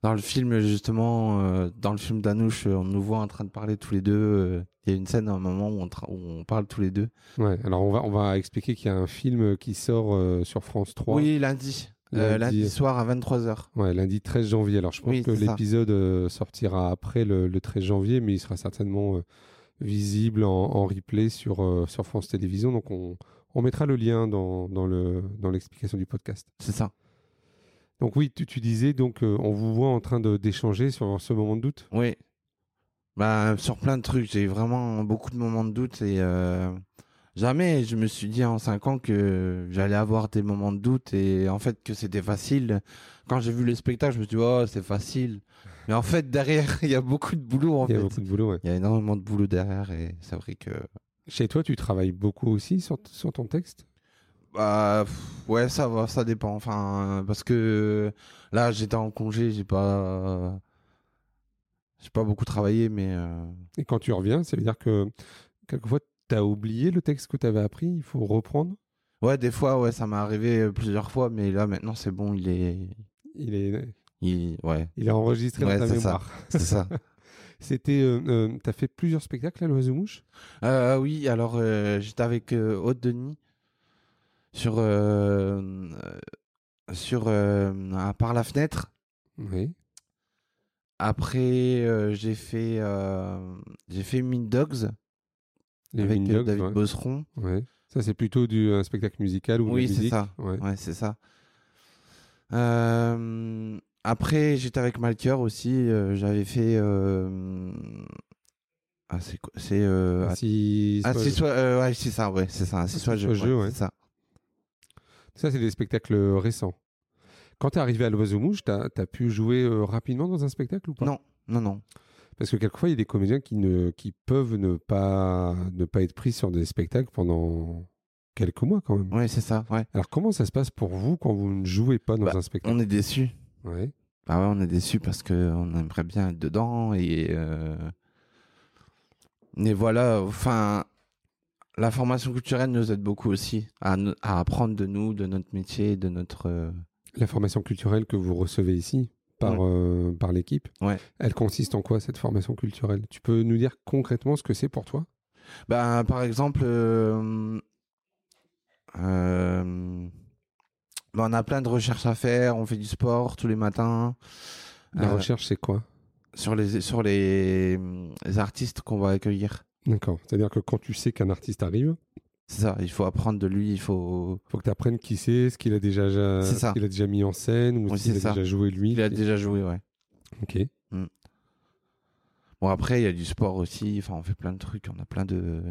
Speaker 2: Dans le film, justement, euh, dans le film d'Anouche, euh, on nous voit en train de parler tous les deux. euh, Il y a une scène, un moment où on, tra- où on parle tous les deux.
Speaker 1: Ouais. Alors, on va, on va expliquer qu'il y a un film qui sort euh, sur France 3.
Speaker 2: Oui, lundi. Euh,
Speaker 1: Lundi.
Speaker 2: lundi. soir à 23h.
Speaker 1: Ouais, lundi 13 janvier. Alors, je pense
Speaker 2: Oui,
Speaker 1: que
Speaker 2: c'est ça.
Speaker 1: l'épisode euh, sortira après le, le 13 janvier, mais il sera certainement euh, visible en, en replay sur, euh, sur France Télévisions. Donc, on, on mettra le lien dans, dans le- dans l'explication du podcast.
Speaker 2: C'est ça.
Speaker 1: Donc, oui, tu, tu disais, donc, euh, on vous voit en train de- d'échanger sur ce moment de doute.
Speaker 2: Oui. Bah, sur plein de trucs, j'ai eu vraiment beaucoup de moments de doute et euh, Jamais je me suis dit en 5 ans que j'allais avoir des moments de doute et en fait que c'était facile. Quand j'ai vu le spectacle, je me suis dit, oh, c'est facile. Mais en fait, derrière, il y a beaucoup de boulot. En
Speaker 1: Il y a
Speaker 2: fait.
Speaker 1: beaucoup de boulot. ouais.
Speaker 2: Il y a énormément de boulot derrière et c'est vrai que.
Speaker 1: Chez toi, tu travailles beaucoup aussi sur, sur ton texte
Speaker 2: Bah, pff, ouais, ça va, ça dépend. Enfin, euh, parce que là, j'étais en congé, j'ai pas. euh, J'ai pas beaucoup travaillé, mais. euh,
Speaker 1: Et quand tu reviens, ça veut dire que quelquefois, tu as oublié le texte que tu avais appris, il faut reprendre.
Speaker 2: Ouais, des fois, ouais, ça m'est arrivé euh, plusieurs fois, mais là, maintenant, c'est bon, il est.
Speaker 1: Il est,
Speaker 2: Il... Ouais,
Speaker 1: il est enregistré
Speaker 2: Ouais,
Speaker 1: dans ta
Speaker 2: c'est ça.
Speaker 1: mémoire.
Speaker 2: c'est ça.
Speaker 1: C'était, euh, euh, t'as fait plusieurs spectacles à l'Oiseau Mouche
Speaker 2: Euh, oui, alors euh, j'étais avec euh, Aude Denis sur, euh, euh, sur euh, à Par la fenêtre.
Speaker 1: Oui.
Speaker 2: Après, euh, j'ai fait, euh, j'ai fait Mean Dogs
Speaker 1: Les
Speaker 2: avec
Speaker 1: Mean
Speaker 2: euh,
Speaker 1: Dogs,
Speaker 2: David
Speaker 1: ouais.
Speaker 2: Bosseron.
Speaker 1: Ouais. Ça, c'est plutôt du un spectacle musical ou de la
Speaker 2: Oui, c'est
Speaker 1: musique.
Speaker 2: ça.
Speaker 1: Ouais.
Speaker 2: Ouais, c'est ça. Euh, après, j'étais avec Malker aussi. euh, J'avais fait. euh, ah, c'est quoi C'est. euh, att-
Speaker 1: Assis-
Speaker 2: ah, c'est soit- euh, ouais, c'est ça, ouais, c'est ça. C'est soit je.
Speaker 1: soit jeu, ouais.
Speaker 2: c'est ça.
Speaker 1: Ça, c'est des spectacles euh, récents. Quand t'es arrivé à l'Oiseau Mouche, t'as as pu jouer euh, rapidement dans un spectacle ou pas
Speaker 2: Non, non, non.
Speaker 1: Parce que quelquefois, il y a des comédiens qui, ne, qui peuvent ne pas, ne pas être pris sur des spectacles pendant quelques mois quand même.
Speaker 2: Ouais, c'est ça, ouais.
Speaker 1: Alors, comment ça se passe pour vous quand vous ne jouez pas dans
Speaker 2: Bah,
Speaker 1: un spectacle
Speaker 2: On est déçu.
Speaker 1: Ouais.
Speaker 2: Bah ouais, on est déçu parce que on aimerait bien être dedans et euh, mais voilà. Enfin, la formation culturelle nous aide beaucoup aussi à, nous- à apprendre de nous, de notre métier, de notre. euh,
Speaker 1: La formation culturelle que vous recevez ici par, euh, par l'équipe,
Speaker 2: Ouais.
Speaker 1: elle consiste en quoi cette formation culturelle Tu peux nous dire concrètement ce que c'est pour toi
Speaker 2: Bah, par exemple, euh, euh, bah, on a plein de recherches à faire. On fait du sport tous les matins.
Speaker 1: La
Speaker 2: Euh,
Speaker 1: recherche, c'est quoi
Speaker 2: sur les sur les, les artistes qu'on va accueillir.
Speaker 1: D'accord. C'est-à-dire que quand tu sais qu'un artiste arrive,
Speaker 2: C'est ça. Il faut apprendre de lui. Il faut
Speaker 1: faut que tu apprennes qui c'est, ce qu'il a déjà,
Speaker 2: C'est
Speaker 1: ce
Speaker 2: ça.
Speaker 1: qu'il a déjà mis en scène ou
Speaker 2: Oui,
Speaker 1: ce qu'il
Speaker 2: c'est
Speaker 1: a
Speaker 2: ça.
Speaker 1: déjà joué lui.
Speaker 2: Il a déjà joué, ouais.
Speaker 1: Ok.
Speaker 2: Bon, après, il y a du sport aussi. Enfin, on fait plein de trucs. On a plein de,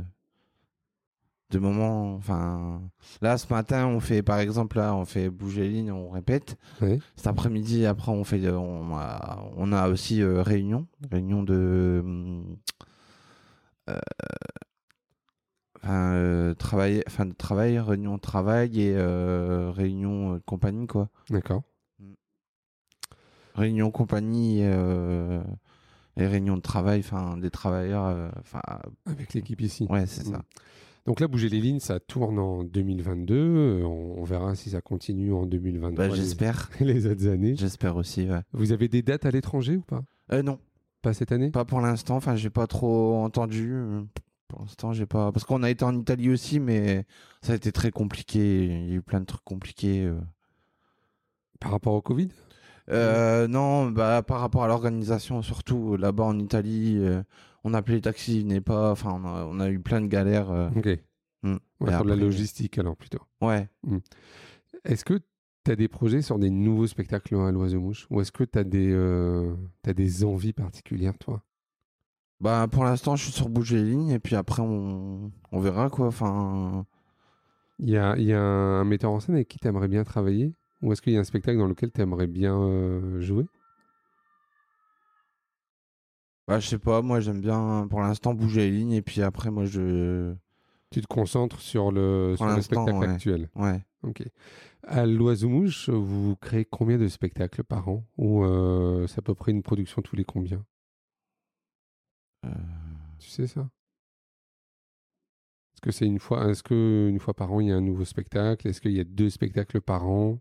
Speaker 2: de moments. Enfin, là, ce matin, on fait, par exemple, là, on fait bouger les lignes, on répète.
Speaker 1: Ouais.
Speaker 2: Cet après-midi, après, on fait, euh, on a, on a aussi euh, réunion. Réunion de. hum, euh, Enfin, euh, travail, enfin, de travail, réunion de travail et euh, réunion euh, compagnie, quoi.
Speaker 1: D'accord.
Speaker 2: réunion compagnie euh, et réunion de travail, enfin des travailleurs, euh, enfin
Speaker 1: Avec l'équipe ici. Mm.
Speaker 2: ouais c'est ça.
Speaker 1: Donc là, bouger les lignes, ça tourne en 2022. Euh, On, on verra si ça continue en 2023.
Speaker 2: Bah,
Speaker 1: les-
Speaker 2: j'espère,
Speaker 1: les, autres années.
Speaker 2: j'espère aussi. Ouais.
Speaker 1: Vous avez des dates à l'étranger ou pas
Speaker 2: Euh, non,
Speaker 1: Pas cette année
Speaker 2: pas pour l'instant. Enfin j'ai pas trop entendu. euh, Pour l'instant j'ai pas, parce qu'on a été en Italie aussi, mais ça a été très compliqué. Il y a eu plein de trucs compliqués. euh.
Speaker 1: Par rapport au Covid
Speaker 2: Euh, non, bah par rapport à l'organisation surtout euh, là-bas en Italie, euh, on appelait les taxis, ils venaient pas. Enfin on a, on a eu plein de galères. euh.
Speaker 1: Ok.
Speaker 2: Mm.
Speaker 1: Ouais,
Speaker 2: Et
Speaker 1: sur de la
Speaker 2: après-
Speaker 1: logistique alors plutôt.
Speaker 2: Ouais.
Speaker 1: Est-ce que tu as des projets sur des nouveaux spectacles à l'oiseau-mouche Ou est-ce que tu as, as des envies particulières, toi
Speaker 2: Bah pour l'instant je suis sur bouger les lignes et puis après on, on verra quoi. Enfin
Speaker 1: Il y a, il y a un metteur en scène avec qui tu aimerais bien travailler Ou est-ce qu'il y a un spectacle dans lequel tu aimerais bien euh, jouer
Speaker 2: bah je sais pas, moi j'aime bien pour l'instant bouger les lignes et puis après moi je
Speaker 1: Tu te concentres sur le, sur le
Speaker 2: l'instant,
Speaker 1: spectacle
Speaker 2: ouais.
Speaker 1: actuel.
Speaker 2: ouais.
Speaker 1: Ok. À l'oiseau-mouche, vous créez combien de spectacles par an Ou euh, c'est à peu près une production tous les combien
Speaker 2: Euh,
Speaker 1: Tu sais ça Est-ce que c'est une fois Est-ce que une fois par an il y a un nouveau spectacle Est-ce qu'il y a deux spectacles par an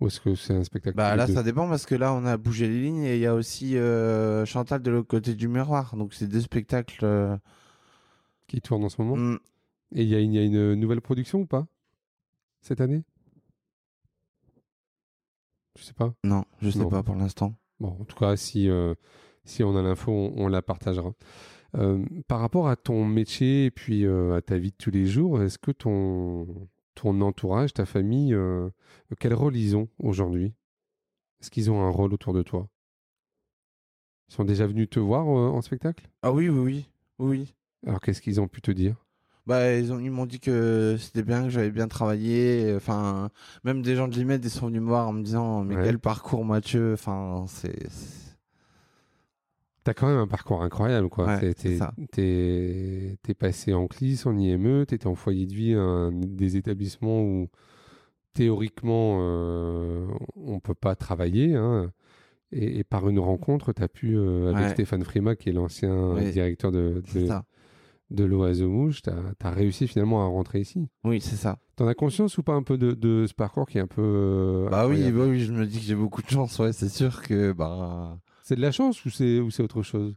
Speaker 1: Ou est-ce que c'est un spectacle tous
Speaker 2: Bah
Speaker 1: les
Speaker 2: là
Speaker 1: deux
Speaker 2: ça dépend parce que là on a bougé les lignes et il y a aussi euh, Chantal de l'autre côté du miroir donc c'est deux spectacles. euh,
Speaker 1: qui tourne en ce moment
Speaker 2: hmm,
Speaker 1: Et il y, a une- il y a une nouvelle production ou pas cette année Je sais pas.
Speaker 2: non je sais
Speaker 1: Non.
Speaker 2: pas pour l'instant.
Speaker 1: Bon, en tout cas, si, euh, si on a l'info, on, on la partagera. Euh, par rapport à ton métier et puis euh, à ta vie de tous les jours, est-ce que ton, ton entourage, ta famille, euh, quel rôle ils ont aujourd'hui Est-ce qu'ils ont un rôle autour de toi Ils sont déjà venus te voir euh, en spectacle
Speaker 2: Ah oui oui oui oui.
Speaker 1: Alors qu'est-ce qu'ils ont pu te dire
Speaker 2: Bah, ils ont- ils m'ont dit que c'était bien, que j'avais bien travaillé. Enfin, même des gens de l'IMED, ils sont venus me voir en me disant Mais
Speaker 1: Ouais.
Speaker 2: quel parcours, Mathieu Enfin, c'est. c'est-
Speaker 1: T'as quand même un parcours incroyable, quoi.
Speaker 2: Ouais,
Speaker 1: T'es-
Speaker 2: c'est
Speaker 1: t'es-
Speaker 2: ça.
Speaker 1: T'es t'es passé en CLIS, en IME, t'étais en foyer de vie, un- des établissements où théoriquement euh, on peut pas travailler. hein. Et, et par une rencontre, t'as pu, euh, avec
Speaker 2: Ouais.
Speaker 1: Stéphane Frima, qui est l'ancien
Speaker 2: Oui.
Speaker 1: directeur de,
Speaker 2: C'est
Speaker 1: de,
Speaker 2: ça.
Speaker 1: de l'Oise aux Mouches, E t'as as réussi finalement à rentrer ici.
Speaker 2: Oui, c'est ça.
Speaker 1: T'en as conscience ou pas un peu de, de ce parcours qui est un peu. euh,
Speaker 2: Bah oui,
Speaker 1: incroyable
Speaker 2: bah oui, je me dis que j'ai beaucoup de chance, ouais, c'est sûr que. Bah,
Speaker 1: C'est de la chance ou c'est ou c'est autre chose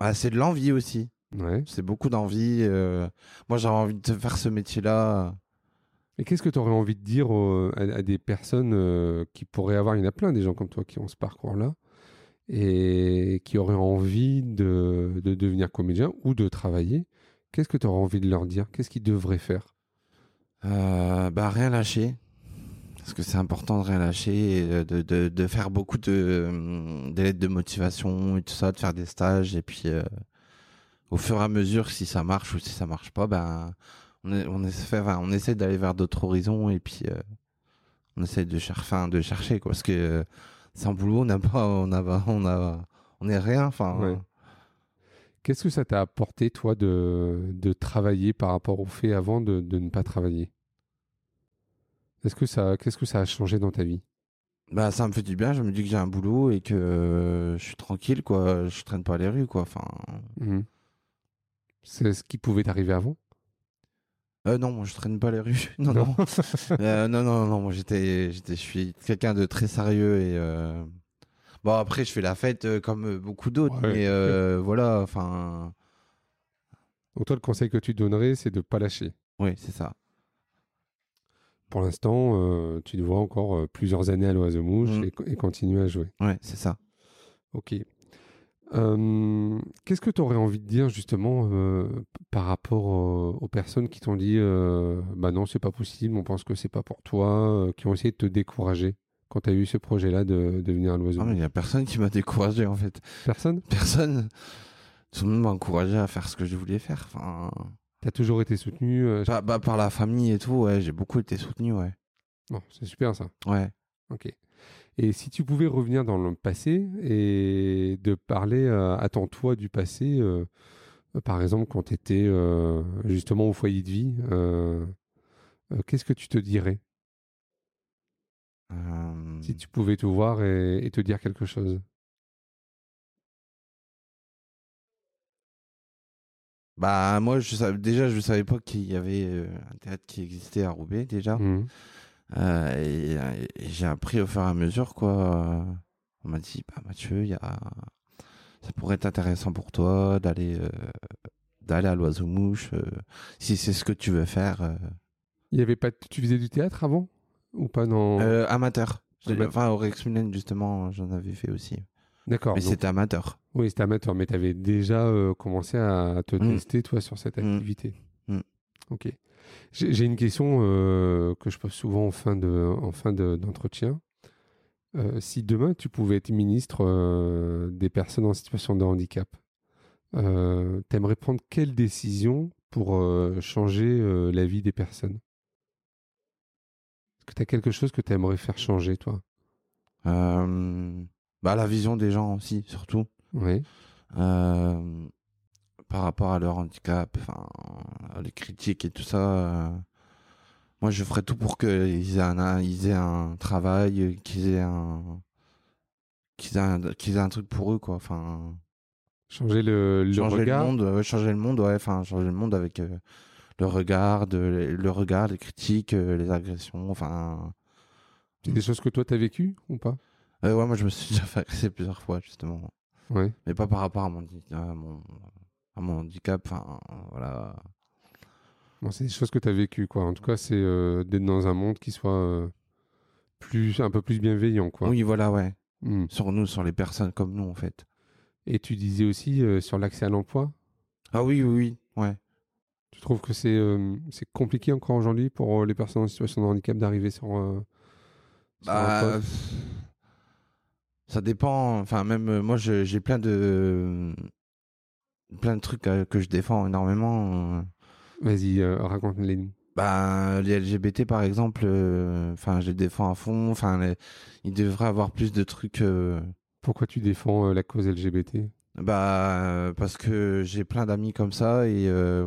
Speaker 2: bah, c'est de l'envie aussi.
Speaker 1: Ouais.
Speaker 2: C'est beaucoup d'envie. euh, Moi, j'avais envie de faire ce métier-là.
Speaker 1: Et qu'est-ce que tu aurais envie de dire aux- à, à des personnes euh, qui pourraient avoir, il y en a plein des gens comme toi qui ont ce parcours-là, et qui auraient envie de, de devenir comédien ou de travailler Qu'est-ce que tu aurais envie de leur dire Qu'est-ce qu'ils devraient faire
Speaker 2: Euh, bah, rien lâcher. Parce que c'est important de rien lâcher, et de, de, de faire beaucoup de, hum, des lettres de motivation et tout ça, de faire des stages. Et puis, euh, au fur et à mesure, si ça marche ou si ça marche pas, ben, on, est- on, essaie, enfin, on essaie d'aller vers d'autres horizons et puis euh, on essaie de, cher enfin, de chercher. Quoi, parce que euh, sans boulot, on n'a pas, on a, on a, on est rien. Enfin,
Speaker 1: Ouais. Qu'est-ce que ça t'a apporté, toi, de, de travailler par rapport au fait avant de, de ne pas travailler Est-ce que ça, Qu'est-ce que ça a changé dans ta vie
Speaker 2: Bah ça me fait du bien, je me dis que j'ai un boulot et que euh, je suis tranquille quoi, je traîne pas les rues quoi. Enfin Mmh.
Speaker 1: Mhm. C'est ce qui pouvait t'arriver avant
Speaker 2: euh, non, moi je traîne pas les rues. Non non. Euh, non non non, moi j'étais j'étais je suis quelqu'un de très sérieux et euh, bon après je fais la fête euh, comme euh, beaucoup d'autres
Speaker 1: Ouais.
Speaker 2: mais euh, voilà, enfin
Speaker 1: Donc toi, le conseil que tu donnerais, c'est de pas lâcher.
Speaker 2: oui, c'est ça.
Speaker 1: Pour l'instant, euh, tu te vois encore euh, plusieurs années à l'Oiseau Mouche
Speaker 2: Mm.
Speaker 1: et, co- et continuer à jouer.
Speaker 2: Ouais, c'est ça.
Speaker 1: Ok. Euh, Qu'est-ce que tu aurais envie de dire justement euh, p- par rapport euh, aux personnes qui t'ont dit euh, bah non, c'est pas possible, on pense que c'est pas pour toi, euh, qui ont essayé de te décourager quand tu as eu ce projet-là de, de venir à l'Oiseau
Speaker 2: Non Ah, mais il y a personne qui m'a découragé en fait.
Speaker 1: Personne
Speaker 2: Personne tout le monde m'a encouragé à faire ce que je voulais faire. Enfin
Speaker 1: Tu as toujours été soutenu euh,
Speaker 2: bah, bah, par la famille et tout, ouais, j'ai beaucoup été soutenu, ouais.
Speaker 1: Non, c'est super ça.
Speaker 2: Ouais.
Speaker 1: Ok. Et si tu pouvais revenir dans le passé et de parler euh, à ton toi du passé, euh, euh, par exemple quand tu étais euh, justement au foyer de vie, euh, euh, qu'est-ce que tu te dirais
Speaker 2: Euh,
Speaker 1: si tu pouvais te voir et, et te dire quelque chose
Speaker 2: Bah moi je savais déjà je savais pas qu'il y avait euh, un théâtre qui existait à Roubaix déjà
Speaker 1: Mhm.
Speaker 2: Euh, et, euh, et j'ai appris au fur et à mesure quoi. On m'a dit bah Mathieu il y a ça pourrait être intéressant pour toi d'aller euh, d'aller à l'oiseau mouche si c'est ce que tu veux faire euh.
Speaker 1: Il y avait pas, tu faisais du théâtre avant ou pas non
Speaker 2: Euh, amateur. Je-
Speaker 1: Amateur.
Speaker 2: Enfin au Rex Mulen, justement j'en avais fait aussi
Speaker 1: D'accord.
Speaker 2: mais
Speaker 1: donc-
Speaker 2: c'était amateur.
Speaker 1: Oui, c'était amateur, mais tu avais déjà euh, commencé à te
Speaker 2: Mm.
Speaker 1: tester, toi, sur cette
Speaker 2: Mm.
Speaker 1: activité.
Speaker 2: Mm.
Speaker 1: Ok. J'ai j'ai une question euh, que je pose souvent en fin de- en fin de- d'entretien. Euh, si demain, tu pouvais être ministre euh, des personnes en situation de handicap, euh, t'aimerais prendre quelle décision pour euh, changer euh, la vie des personnes Est-ce que tu as quelque chose que tu aimerais faire changer, toi
Speaker 2: Euh, bah la vision des gens aussi surtout.
Speaker 1: Oui.
Speaker 2: euh, par rapport à leur handicap, enfin, à les critiques et tout ça. euh, moi, je ferais tout pour qu'ils aient un, ils aient un travail, euh, qu'ils aient un, qu'ils aient un, qu'ils aient un truc pour eux, quoi. Enfin,
Speaker 1: Changer le, le
Speaker 2: changer
Speaker 1: regard
Speaker 2: le monde, ouais, changer le monde, ouais, enfin, changer le monde avec euh, le regard, de- le, regard, les critiques, euh, les agressions, enfin.
Speaker 1: C'est des choses que toi, tu as vécues ou pas
Speaker 2: euh, ouais, moi, je me suis déjà fait agresser plusieurs fois, justement.
Speaker 1: Ouais.
Speaker 2: mais pas par rapport à mon, à mon, à mon handicap, enfin, voilà.
Speaker 1: Bon, c'est des choses que tu as vécues, quoi. En tout cas, c'est euh, d'être dans un monde qui soit euh, plus, un peu plus bienveillant, quoi.
Speaker 2: Oui, voilà, ouais.
Speaker 1: Mm.
Speaker 2: Sur nous, sur les personnes comme nous, en fait.
Speaker 1: Et tu disais aussi euh, sur l'accès à l'emploi,
Speaker 2: Ah oui, oui, oui. Ouais.
Speaker 1: tu trouves que c'est euh, c'est compliqué encore aujourd'hui pour euh, les personnes en situation de handicap d'arriver sur, euh, sur un
Speaker 2: Bah,
Speaker 1: poste
Speaker 2: pff, ça dépend. Enfin, même euh, moi, je- j'ai plein de. plein de trucs euh, que je défends énormément. euh,
Speaker 1: Vas-y, euh, raconte-les nous.
Speaker 2: Bah, les LGBT par exemple, euh, enfin, je les défends à fond. Enfin, les- il devrait avoir plus de trucs. euh,
Speaker 1: Pourquoi tu défends euh, la cause LGBT
Speaker 2: bah, euh, parce que j'ai plein d'amis comme ça et euh,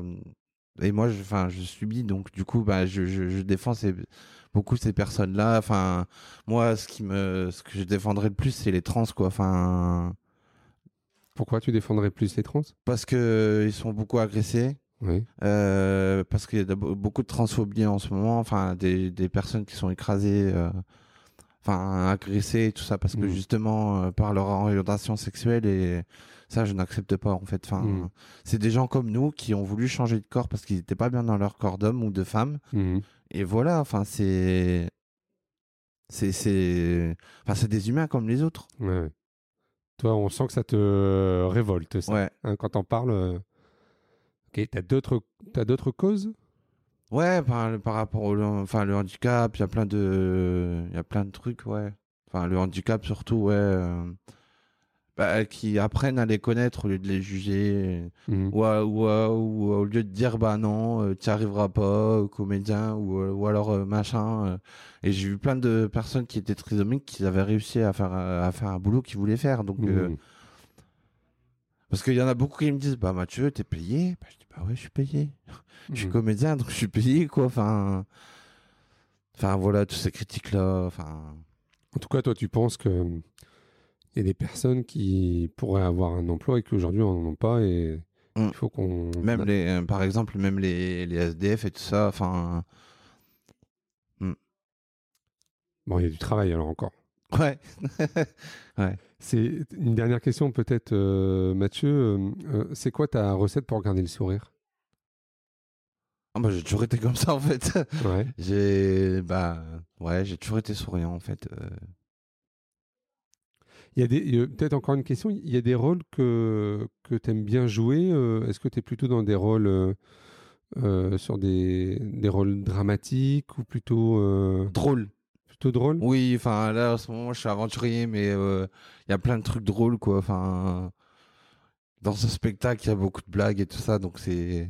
Speaker 2: et moi, je, enfin, je subis donc du coup, bah, je, je, je défends ces, beaucoup ces personnes-là. Enfin, moi, ce qui me, ce que je défendrais le plus, c'est les trans, quoi. Enfin,
Speaker 1: Pourquoi tu défendrais plus les trans
Speaker 2: parce que ils sont beaucoup agressés.
Speaker 1: Oui.
Speaker 2: Euh, parce qu'il y a d'abo- beaucoup de transphobie en ce moment, enfin des, des personnes qui sont écrasées, euh, enfin agressées, et tout ça parce que
Speaker 1: Mm.
Speaker 2: justement euh, par leur orientation sexuelle et ça je n'accepte pas en fait. Enfin,
Speaker 1: Mm.
Speaker 2: c'est des gens comme nous qui ont voulu changer de corps parce qu'ils n'étaient pas bien dans leur corps d'homme ou de femme
Speaker 1: Mhm.
Speaker 2: et voilà. Enfin c'est c'est c'est enfin c'est des humains comme les autres.
Speaker 1: Ouais, ouais. Toi, on sent que ça te euh, révolte, ça.
Speaker 2: Ouais.
Speaker 1: hein, quand on parle. euh, Ok, t'as d'autres, t'as d'autres causes
Speaker 2: Ouais, par, le- par rapport au enfin, le handicap, il y a plein de, il y a plein de trucs, ouais. Enfin, le handicap surtout, ouais. euh, bah, qui apprennent à les connaître au lieu de les juger.
Speaker 1: Mhm.
Speaker 2: Ou, à- ou, à- ou au lieu de dire, bah non, tu n'y arriveras pas, au comédien, ou, euh, ou alors euh, machin. euh. Et j'ai vu plein de personnes qui étaient trisomiques qui avaient réussi à faire, euh, à faire un boulot qu'ils voulaient faire. Donc, euh,
Speaker 1: Mhm.
Speaker 2: parce qu'il y en a beaucoup qui me disent, bah Mathieu, t'es payé? Bah, je dis, bah ouais, je suis payé. Je suis
Speaker 1: Mhm.
Speaker 2: comédien, donc je suis payé, quoi. Enfin, enfin voilà, toutes ces critiques-là. Enfin,
Speaker 1: En tout cas, toi, tu penses que hum, il y a des personnes qui pourraient avoir un emploi et qu'aujourd'hui, on n'en a pas et
Speaker 2: Mm.
Speaker 1: il faut qu'on.
Speaker 2: même les, euh, par exemple, même les, les SDF et tout ça. Enfin,
Speaker 1: Bon, il y a du travail alors encore.
Speaker 2: ouais.
Speaker 1: C'est une dernière question peut-être, euh, Mathieu. Euh, euh, c'est quoi ta recette pour garder le sourire
Speaker 2: Ah bah, j'ai toujours été comme ça en fait.
Speaker 1: Ouais.
Speaker 2: j'ai, bah, ouais, j'ai toujours été souriant en fait. Euh,
Speaker 1: Il y a des il y a peut-être encore une question. Il y a des rôles que que t'aimes bien jouer. euh, Est-ce que tu es plutôt dans des rôles euh, euh, sur des, des rôles dramatiques ou plutôt euh,
Speaker 2: Drôle.
Speaker 1: plutôt drôles
Speaker 2: Oui, enfin là, en ce moment, je suis aventurier, mais euh, il y a plein de trucs drôles, quoi. Enfin, dans ce spectacle, il y a beaucoup de blagues et tout ça, donc c'est,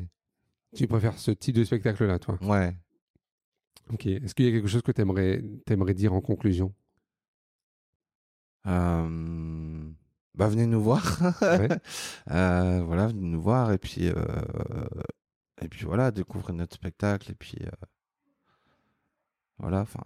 Speaker 1: Tu préfères ce type de spectacle-là, toi
Speaker 2: ouais.
Speaker 1: Ok. Est-ce qu'il y a quelque chose que t'aimerais aimerais dire en conclusion
Speaker 2: Euh, Bah, venez nous voir.
Speaker 1: Ouais.
Speaker 2: Euh, voilà, venez nous voir et puis euh, et puis voilà, découvrez notre spectacle et puis euh, voilà. Enfin,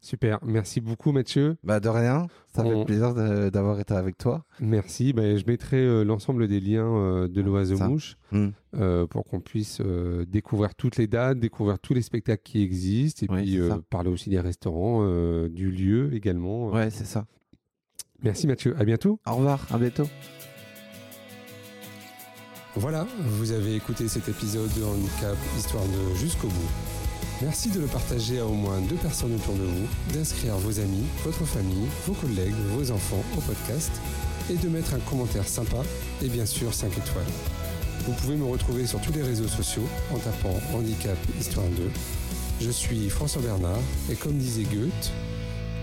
Speaker 1: Super. Merci beaucoup, Mathieu.
Speaker 2: bah de rien. Ça
Speaker 1: On-
Speaker 2: fait plaisir de- d'avoir été avec toi.
Speaker 1: Merci. Ben, je mettrai euh, l'ensemble des liens euh, de l'Oiseau
Speaker 2: Ça.
Speaker 1: Mouche
Speaker 2: Mm.
Speaker 1: euh, pour qu'on puisse euh, découvrir toutes les dates, découvrir tous les spectacles qui existent et
Speaker 2: Oui,
Speaker 1: puis
Speaker 2: c'est
Speaker 1: euh,
Speaker 2: ça.
Speaker 1: parler aussi des restaurants, euh, du lieu également.
Speaker 2: Ouais, c'est ça.
Speaker 1: Merci Mathieu. À bientôt.
Speaker 2: Au revoir, à bientôt.
Speaker 1: Voilà, vous avez écouté cet épisode de Handicap Histoire de jusqu'au bout. Merci de le partager à au moins deux personnes autour de vous, d'inscrire vos amis, votre famille, vos collègues, vos enfants au podcast et de mettre un commentaire sympa et bien sûr 5 étoiles. Vous pouvez me retrouver sur tous les réseaux sociaux en tapant Handicap Histoire 2. Je suis François Bernard et comme disait Goethe,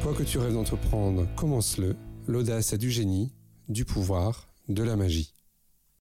Speaker 1: quoi que tu rêves d'entreprendre, commence-le. L'audace a du génie, du pouvoir, de la magie.